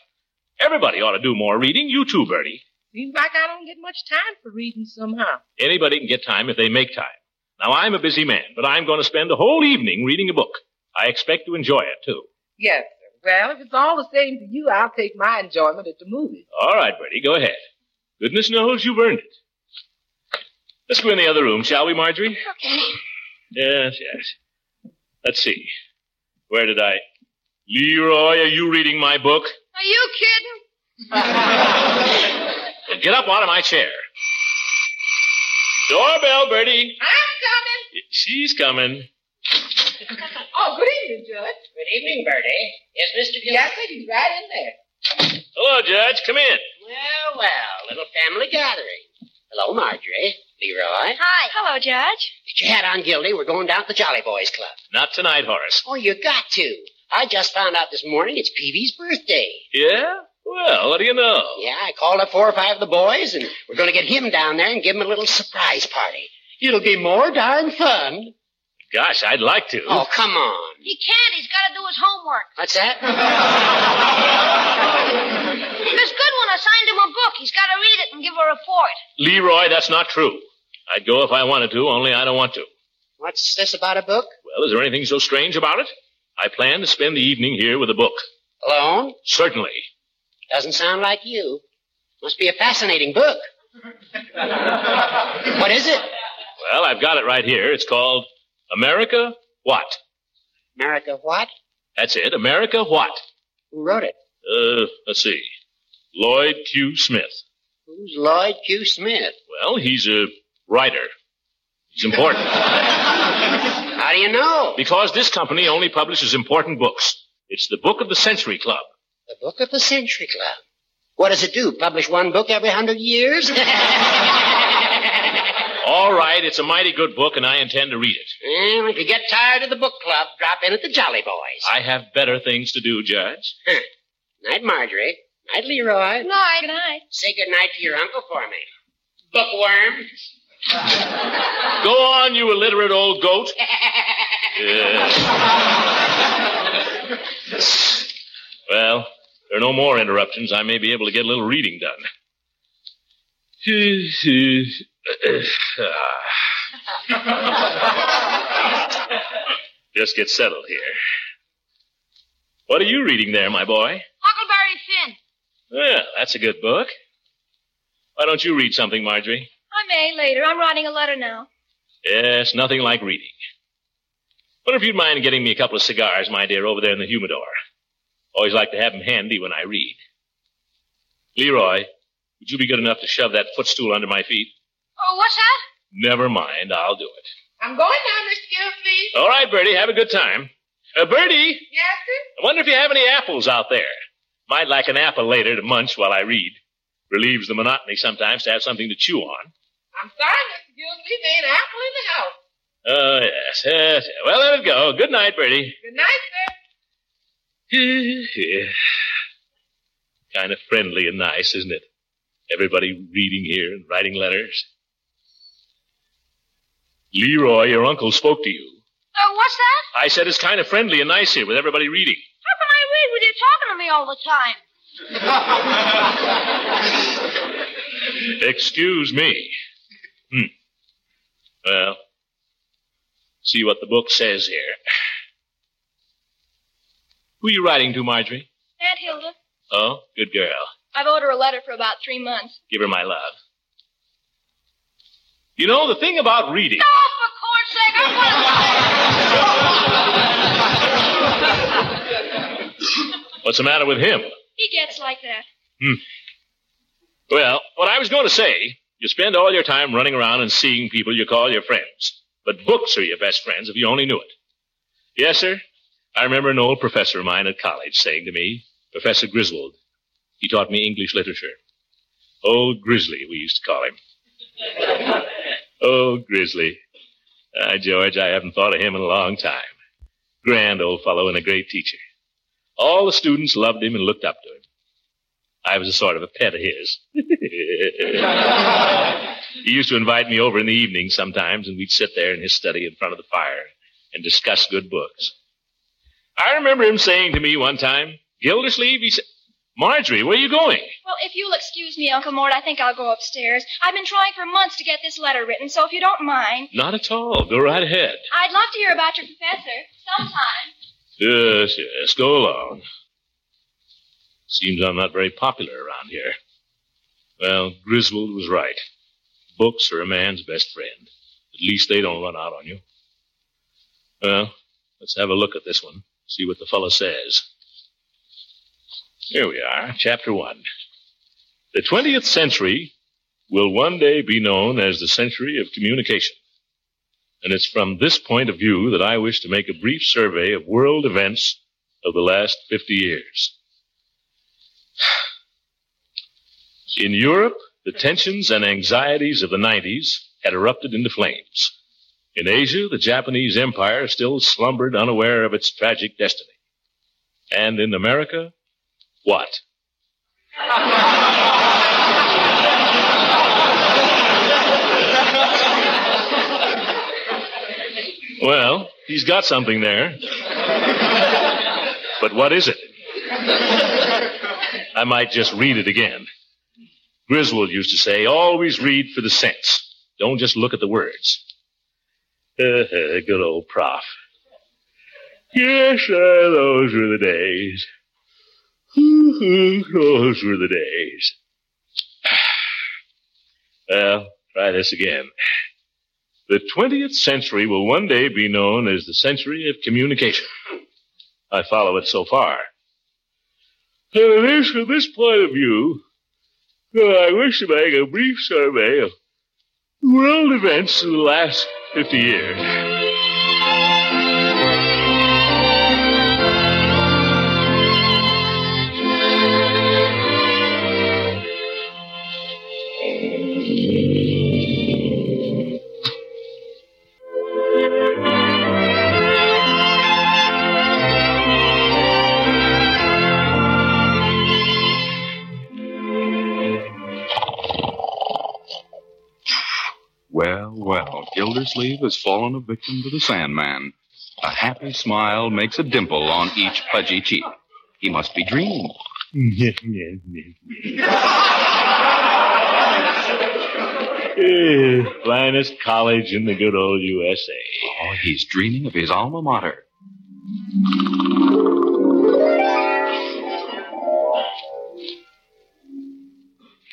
everybody ought to do more reading. You too, Bertie. Seems like I don't get much time for reading somehow. Anybody can get time if they make time. Now, I'm a busy man, but I'm going to spend a whole evening reading a book. I expect to enjoy it, too. Yes, sir. Well, if it's all the same to you, I'll take my enjoyment at the movies. All right, Bertie, go ahead. Goodness knows you've earned it. Let's go in the other room, shall we, Marjorie? Okay. Yes, yes. Let's see. Where did I. Leroy, are you reading my book? Are you kidding? Well, Get up out of my chair. Doorbell, Bertie. I'm She's coming. coming. Oh, good evening, Judge. Good evening, Bertie. Is Mr. Gilbert? Yes, sir, he's right in there. Hello, Judge. Come in. Well, well, little family gathering. Hello, Marjorie. Leroy. Hi. Hello, Judge. Get your hat on, Gildy. We're going down to the Jolly Boys Club. Not tonight, Horace. Oh, you got to. I just found out this morning it's Peavy's birthday. Yeah? Well, what do you know? Yeah, I called up four or five of the boys, and we're going to get him down there and give him a little surprise party. It'll be more darn fun. Gosh, I'd like to. Oh, come on. He can't. He's got to do his homework. What's that? Miss Goodwin assigned him a book. He's got to read it and give a report. Leroy, that's not true. I'd go if I wanted to, only I don't want to. What's this about a book? Well, is there anything so strange about it? I plan to spend the evening here with a book. Alone? Certainly. Doesn't sound like you. Must be a fascinating book. what is it? Well, I've got it right here. It's called America What? America what? That's it. America What? Who wrote it? Uh, let's see. Lloyd Q. Smith. Who's Lloyd Q. Smith? Well, he's a writer. He's important. How do you know? Because this company only publishes important books. It's the Book of the Century Club. The Book of the Century Club. What does it do? Publish one book every hundred years? All right, it's a mighty good book, and I intend to read it. Well, if you get tired of the book club, drop in at the Jolly Boys. I have better things to do, Judge. Huh. Night, Marjorie. Night, Leroy. Night. Good night. Say good night to your uncle for me. Bookworm. Go on, you illiterate old goat. Yeah. Well, there are no more interruptions. I may be able to get a little reading done. Just get settled here. What are you reading there, my boy? Huckleberry Finn. Well, that's a good book. Why don't you read something, Marjorie? I may later. I'm writing a letter now. Yes, nothing like reading. Wonder if you'd mind getting me a couple of cigars, my dear, over there in the humidor. Always like to have 'em handy when I read. Leroy, Would you be good enough to shove that footstool under my feet? Oh, what's that? Never mind, I'll do it. I'm going now, Mr. Gillespie. All right, Bertie, have a good time. Uh, Bertie, Yes, sir? I wonder if you have any apples out there. Might like an apple later to munch while I read. Relieves the monotony sometimes to have something to chew on. I'm sorry, Mr. Gillespie. There ain't an apple in the house. Oh, yes, yes. yes. Well, let it go. Good night, Bertie. Good night, sir. kind of friendly and nice, isn't it? Everybody reading here and writing letters. Leroy, your uncle spoke to you. Oh, what's that? I said it's kind of friendly and nice here with everybody reading. How can I read with you talking to me all the time? Excuse me. Hmm. Well, see what the book says here. Who are you writing to, Marjorie? Aunt Hilda, Oh, good girl. I've owed her a letter for about three months. Give her my love. You know, the thing about reading. No, for court's sake, I want What's the matter with him? He Hmm. gets like that. Well, what I was going to say, you spend all your time running around and seeing people you call your friends. But books are your best friends if you only knew it. Yes, sir. I remember an old professor of mine at college saying to me, Professor Griswold. He taught me English literature. Old Grizzly, we used to call him. Old Grizzly. Ah, George, I haven't thought of him in a long time. Grand old fellow and a great teacher. All the students loved him and looked up to him. I was a sort of a pet of his. he used to invite me over in the evening sometimes, and we'd sit there in his study in front of the fire and discuss good books. I remember him saying to me one time, Gildersleeve, he said, Marjorie, where are you going? Well, if you'll excuse me, Uncle Mort, I think I'll go upstairs. I've been trying for months to get this letter written, so if you don't mind, Not at all. Go right ahead. I'd love to hear about your professor sometime. Yes, yes, go along. Seems I'm not very popular around here. Well, Griswold was right. Books are a man's best friend. At least they don't run out on you. Well, let's have a look at this one, see what the fellow says. Here we are, Chapter 1. The 20th century will one day be known as the century of communication and it's from this point of view that I wish to make a brief survey of world events of the last 50 years. In Europe, the tensions and anxieties of the 90s had erupted into flames. In Asia, the Japanese empire still slumbered unaware of its tragic destiny. And in America, what? Well, he's got something there. But what is it? I might just read it again. Griswold used to say, always read for the sense. Don't just look at the words. Uh, good old prof. Yes, sir, those were the days. those were the days. Well, try this again. The 20th century will one day be known as the century of communication. I follow it so far. And it is from this point of view that I wish to make a brief survey of world events of the last 50 years. Well, well, Gildersleeve has fallen a victim to the Sandman. A happy smile makes a dimple on each pudgy cheek. He must be dreaming. Eh, Finest college in the good old USA. Oh, he's dreaming of his alma mater.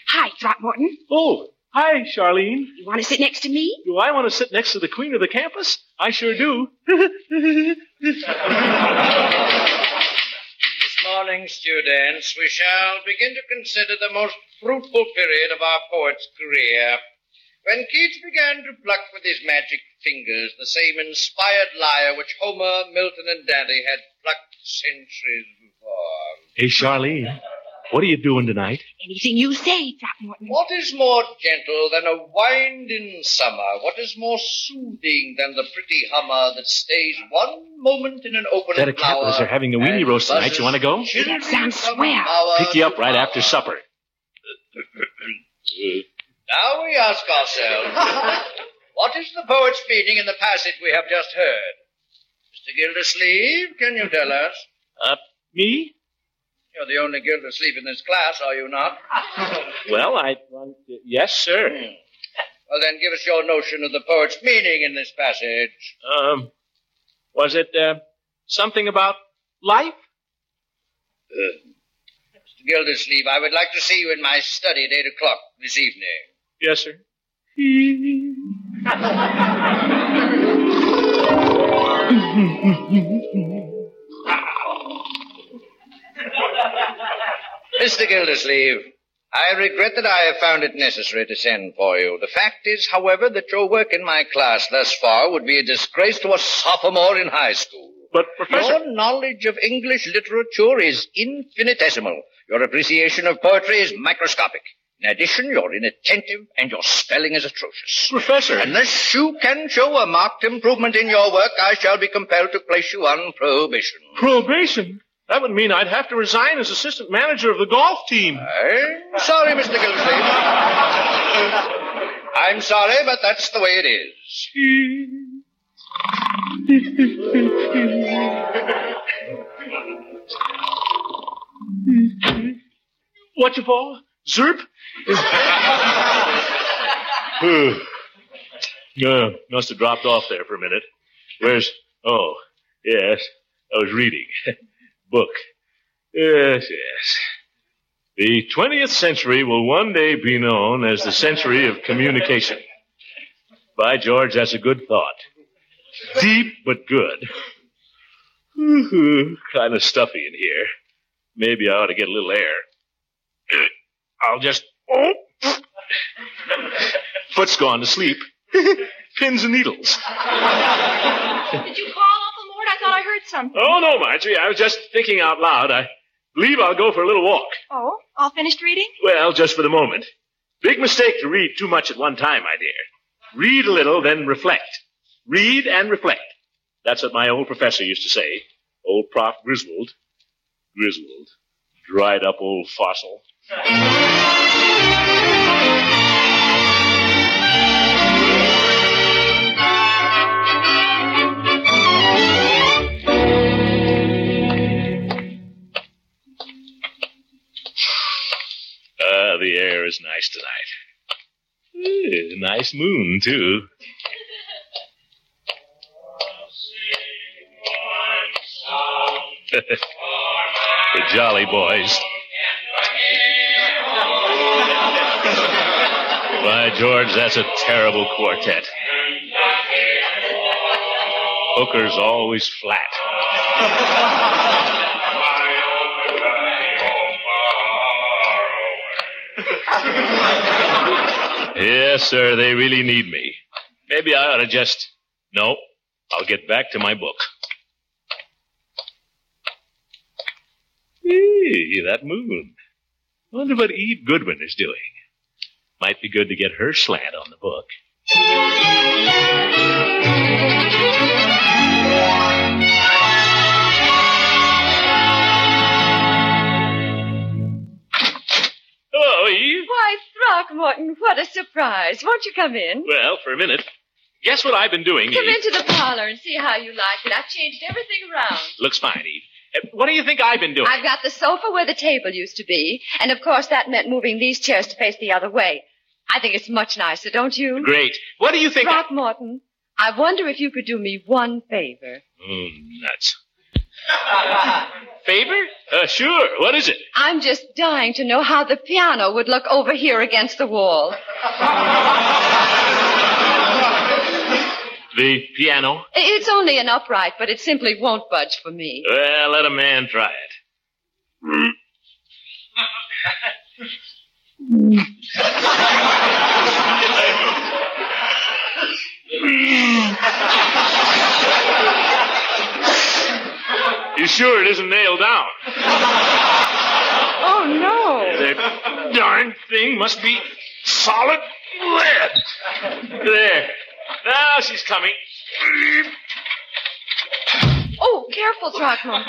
Hi, Throckmorton. Oh, hi, Charlene. You want to sit next to me? Do I want to sit next to the queen of the campus? I sure do. Miss morning, students. We shall begin to consider the most fruitful period of our poet's career. When Keats began to pluck with his magic fingers the same inspired lyre which Homer, Milton, and Dante had plucked centuries before. Hey, Charlene, what are you doing tonight? Anything you say, Throckmorton. What is more gentle than a wind in summer? What is more soothing than the pretty hummer that stays one moment in an open That a flower? Capitalist are having a weenie roast tonight. You want to go? That sounds square. Pick you up right after supper. Now we ask ourselves, what is the poet's meaning in the passage we have just heard? Mr. Gildersleeve, can you tell us? Uh, me? You're the only Gildersleeve in this class, are you not? Hmm. Well, I. yes, sir. Well, then give us your notion of the poet's meaning in this passage. Um, was it uh, something about life? Mr. Uh, Gildersleeve, I would like to see you in my study at 8 o'clock this evening. Yes, sir. Mr. Gildersleeve, I regret that I have found it necessary to send for you. The fact is, however, that your work in my class thus far would be a disgrace to a sophomore in high school. But, Professor. Your knowledge of English literature is infinitesimal. Your appreciation of poetry is microscopic. In addition, you're inattentive and your spelling is atrocious. Professor. Unless you can show a marked improvement in your work, I shall be compelled to place you on prohibition. Probation? That would mean I'd have to resign as assistant manager of the golf team. Sorry, Mr. Gildersleeve. I'm sorry, but that's the way it is. What you for? Zerp? Oh, uh, must have dropped off there for a minute. Where's. Oh, yes. I was reading. Book. Yes, yes. The 20th century will one day be known as the century of communication. By George, that's a good thought. Deep, but good. kind of stuffy in here. Maybe I ought to get a little air. I'll just. Oh. Foot's gone to sleep. Pins and needles. Did you call, Uncle Mort? I thought I heard something. Oh, no, Marjorie. I was just thinking out loud. I believe I'll go for a little walk. Oh, all finished reading? Well, just for the moment. Big mistake to read too much at one time, my dear. Read a little, then reflect. Read and reflect. That's what my old professor used to say. Old Prof. Griswold. Griswold. Dried up old fossil. Ah, the air is nice tonight. Eh, nice moon, too. the Jolly Boys. By George, that's a terrible quartet. Hooker's always flat. Yes, sir, they really need me. Maybe I ought to just. No, I'll get back to my book. Hey, that moon. Wonder what Eve Goodwin is doing. Might be good to get her slant on the book. Hello, Oh, Eve. Why, Throckmorton, what a surprise. Won't you come in? Well, for a minute. Guess what I've been doing, Come Eve? into the parlor and see how you like it. I've changed everything around. Looks fine, Eve. Uh, What do you think I've been doing? I've got the sofa where the table used to be, and of course that meant moving these chairs to face the other way. I think it's much nicer, don't you? Great. What do you think? I... Throckmorton, I wonder if you could do me one favor. Oh, nuts. Favor? Uh, sure. What is it? I'm just dying to know how the piano would look over here against the wall. The piano? It's only an upright, but it simply won't budge for me. Well, let a man try it. Oh! You sure it isn't nailed down? Oh, no. The darn thing must be solid lead. There. Now she's coming. Oh, careful, Throckmorton.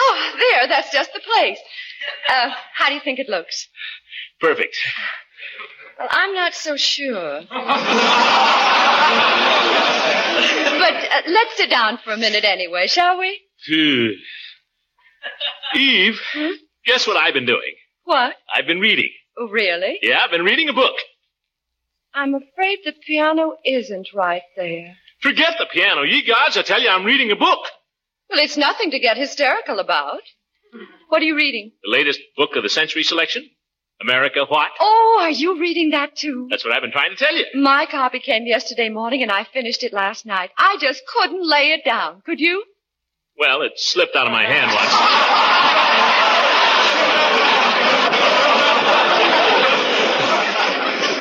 Oh, there, that's just the place. Uh, how do you think it looks? Perfect. Well, I'm not so sure. but uh, let's sit down for a minute anyway, shall we? Phew. Eve, guess what I've been doing? What? I've been reading. Oh, really? Yeah, I've been reading a book. I'm afraid the piano isn't right there. Forget the piano. Ye gods, I tell you, I'm reading a book. Well, it's nothing to get hysterical about. What are you reading? The latest book of the century selection. America What? Oh, are you reading that too? That's what I've been trying to tell you. My copy came yesterday morning and I finished it last night. I just couldn't lay it down. Could you? Well, it slipped out of my hand once.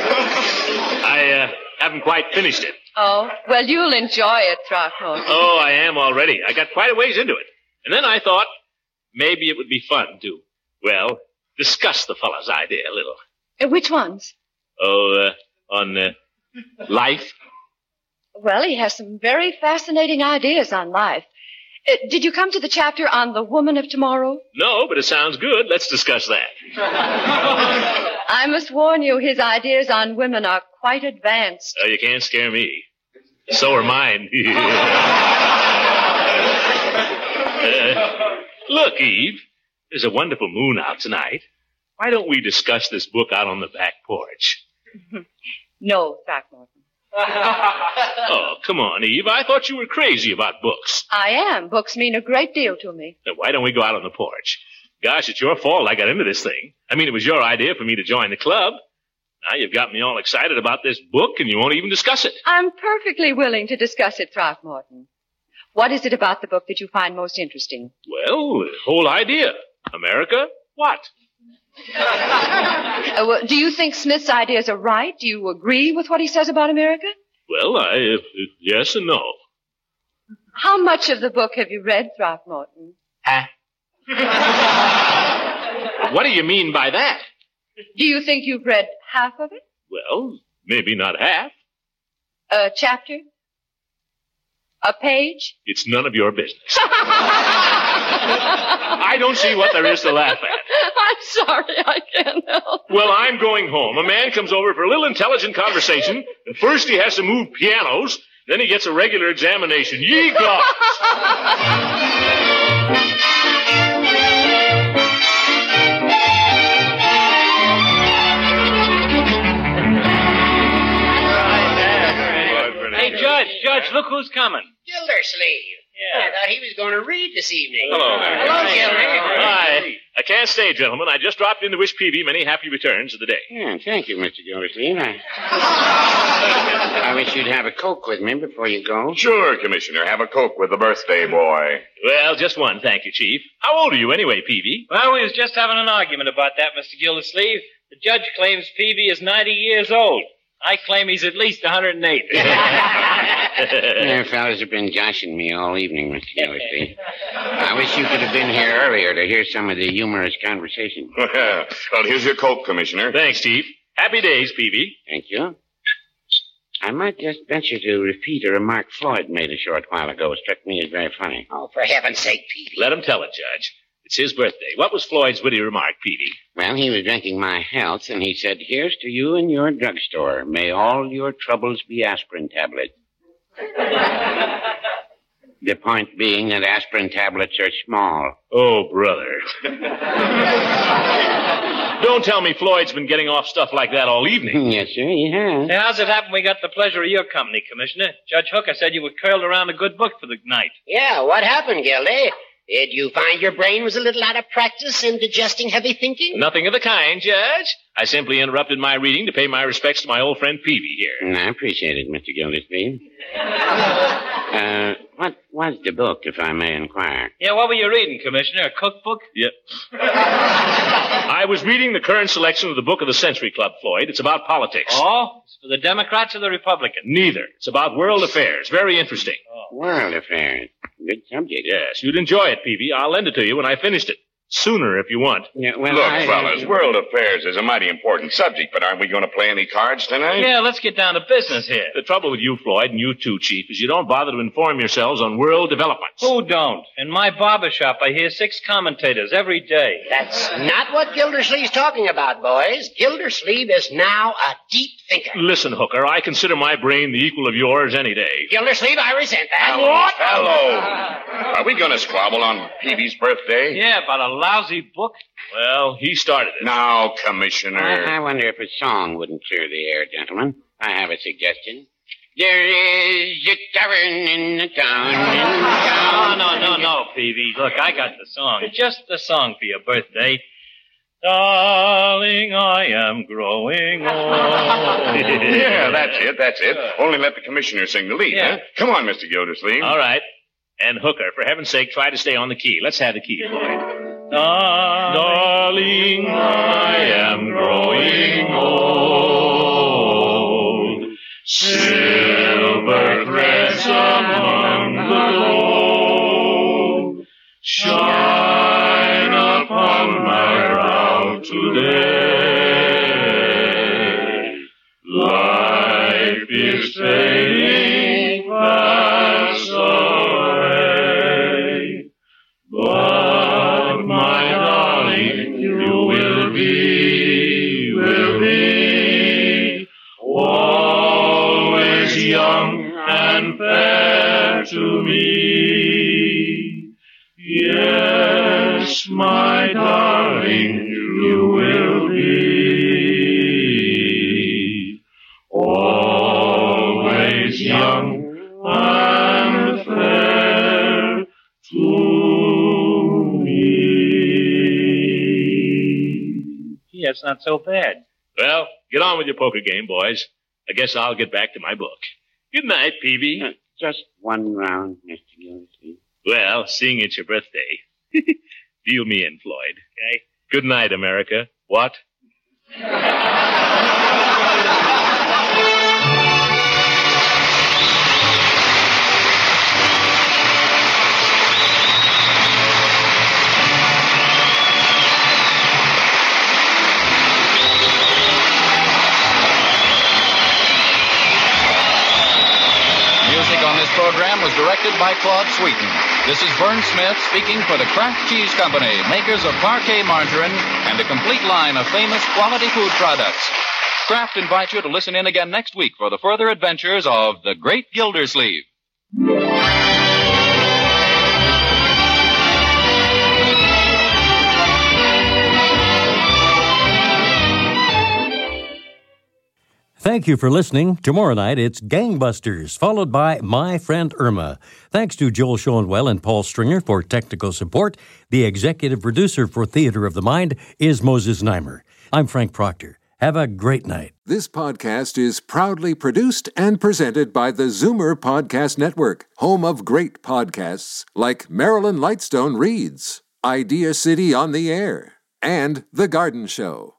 I uh, haven't quite finished it. Oh, well, you'll enjoy it, Throckmorton. Oh, I am already. I got quite a ways into it. And then I thought maybe it would be fun to, well, discuss the fellow's idea a little. Uh, Which ones? Oh, uh, on uh, life. Well, he has some very fascinating ideas on life. Uh, did you come to the chapter on the woman of tomorrow? No, but it sounds good. Let's discuss that. I must warn you, his ideas on women are quite advanced. Oh, you can't scare me. So are mine. Uh, look, Eve, there's a wonderful moon out tonight. Why don't we discuss this book out on the back porch? No, Throckmorton. Oh, come on, Eve. I thought you were crazy about books. I am. Books mean a great deal to me. Now, why don't we go out on the porch? Gosh, it's your fault I got into this thing. I mean, it was your idea for me to join the club. Now you've got me all excited about this book and you won't even discuss it. I'm perfectly willing to discuss it, Throckmorton. What is it about the book that you find most interesting? Well, the whole idea. America? What? Uh, well, do you think Smith's ideas are right? Do you agree with what he says about America? Well, I, uh, uh, yes and no. How much of the book have you read, Throckmorton? What do you mean by that? Do you think you've read half of it? Well, maybe not half. A chapter? A page? It's none of your business. I don't see what there is to laugh at. I'm sorry, I can't help. Well, I'm going home. A man comes over for a little intelligent conversation, and first he has to move pianos, then he gets a regular examination. Ye gods! Hey, Judge, Judge, look who's coming. Gildersleeve. Yeah. I thought he was going to read this evening. Hello. Hello, Gilder. Hi. I can't stay, gentlemen. I just dropped in to wish Peavy many happy returns of the day. Yeah, thank you, Mr. Gildersleeve. I, I wish you'd have a Coke with me before you go. Sure, Commissioner. Have a Coke with the birthday boy. Well, just one, thank you, Chief. How old are you anyway, Peavy? Well, we was just having an argument about that, Mr. Gildersleeve. The judge claims Peavy is 90 years old. I claim he's at least 108. yeah, fellas have been joshing me all evening, Mr. Gildersleeve. I wish you could have been here earlier to hear some of the humorous conversation. well, here's your Coke, Commissioner. Thanks, Chief. Happy days, Peavy. Thank you. I might just venture to repeat a remark Floyd made a short while ago. It struck me as very funny. Oh, for heaven's sake, Pete. Let him tell it, Judge. It's his birthday. What was Floyd's witty remark, Peavy? Well, he was drinking my health, and he said, Here's to you and your drugstore. May all your troubles be aspirin tablets. the point being that aspirin tablets are small. Oh, brother. Don't tell me Floyd's been getting off stuff like that all evening. Yes, sir, he has. Now, how's it happen we got the pleasure of your company, Commissioner? Judge Hooker said you were curled around a good book for the night. Yeah, what happened, Gildy? Did you find your brain was a little out of practice in digesting heavy thinking? Nothing of the kind, Judge. I simply interrupted my reading to pay my respects to my old Mm, friend Peavy here. I appreciate it, Mr. Gildersleeve. uh, what was the book, if I may inquire? Yeah, what were you reading, Commissioner? A cookbook? Yep. I was reading the current selection of the book of the Century Club, Floyd. It's about politics. Oh, it's for the Democrats or the Republicans? Neither. It's about world affairs. Very interesting. Oh. World affairs. Good subject. Yes, you'd enjoy it, Peavy. I'll lend it to you when I finished it. Sooner, if you want. Look, fellas, world affairs is a mighty important subject, but aren't we going to play any cards tonight? Yeah, let's get down to business here. The trouble with you, Floyd, and you too, Chief, is you don't bother to inform yourselves on world developments. Who don't? In my barber shop, I hear six commentators every day. That's not what Gildersleeve's talking about, boys. Gildersleeve is now a deep thinker. Listen, Hooker, I consider my brain the equal of yours any day. Gildersleeve, I resent that. What? Hello. Are we going to squabble on Peavy's birthday? Yeah, about a lousy book. Well, he started it. Now, Commissioner. I, I wonder if a song wouldn't clear the air, gentlemen. I have a suggestion. There is a tavern in the town. In the No, town. no, no, no, Peavy. Look, I got the song. Just the song for your birthday. Darling, I am growing old. yeah, that's it, that's it. Only let the commissioner sing the lead, Yeah. huh? Come on, Mr. Gildersleeve. All right. And Hooker, for heaven's sake, try to stay on the key. Let's have the key, Floyd. Darling, I am growing old. Silver threads among the gold shine upon my brow today. Life is fading fast away, but my darling, you will be, will be always young and fair to me. Yes, my darling, you will be always young and fair to me. Gee, that's not so bad. Well, get on with your poker game, boys. I guess I'll get back to my book. Good night, Peavy. Uh, Just one round, Mr. Gildersleeve. Well, seeing it's your birthday, deal me in, Floyd. Okay. Good night, America. What? Music on this program was directed by Claude Sweeten. This is Vern Smith speaking for the Kraft Cheese Company, makers of parquet margarine and a complete line of famous quality food products. Kraft invites you to listen in again next week for the further adventures of the Great Gildersleeve. Thank you for listening. Tomorrow night, it's Gangbusters, followed by My Friend Irma. Thanks to Joel Schoenwell and Paul Stringer for technical support. The executive producer for Theater of the Mind is Moses Neimer. I'm Frank Proctor. Have a great night. This podcast is proudly produced and presented by the Zoomer Podcast Network, home of great podcasts like Marilyn Lightstone Reads, Idea City on the Air, and The Garden Show.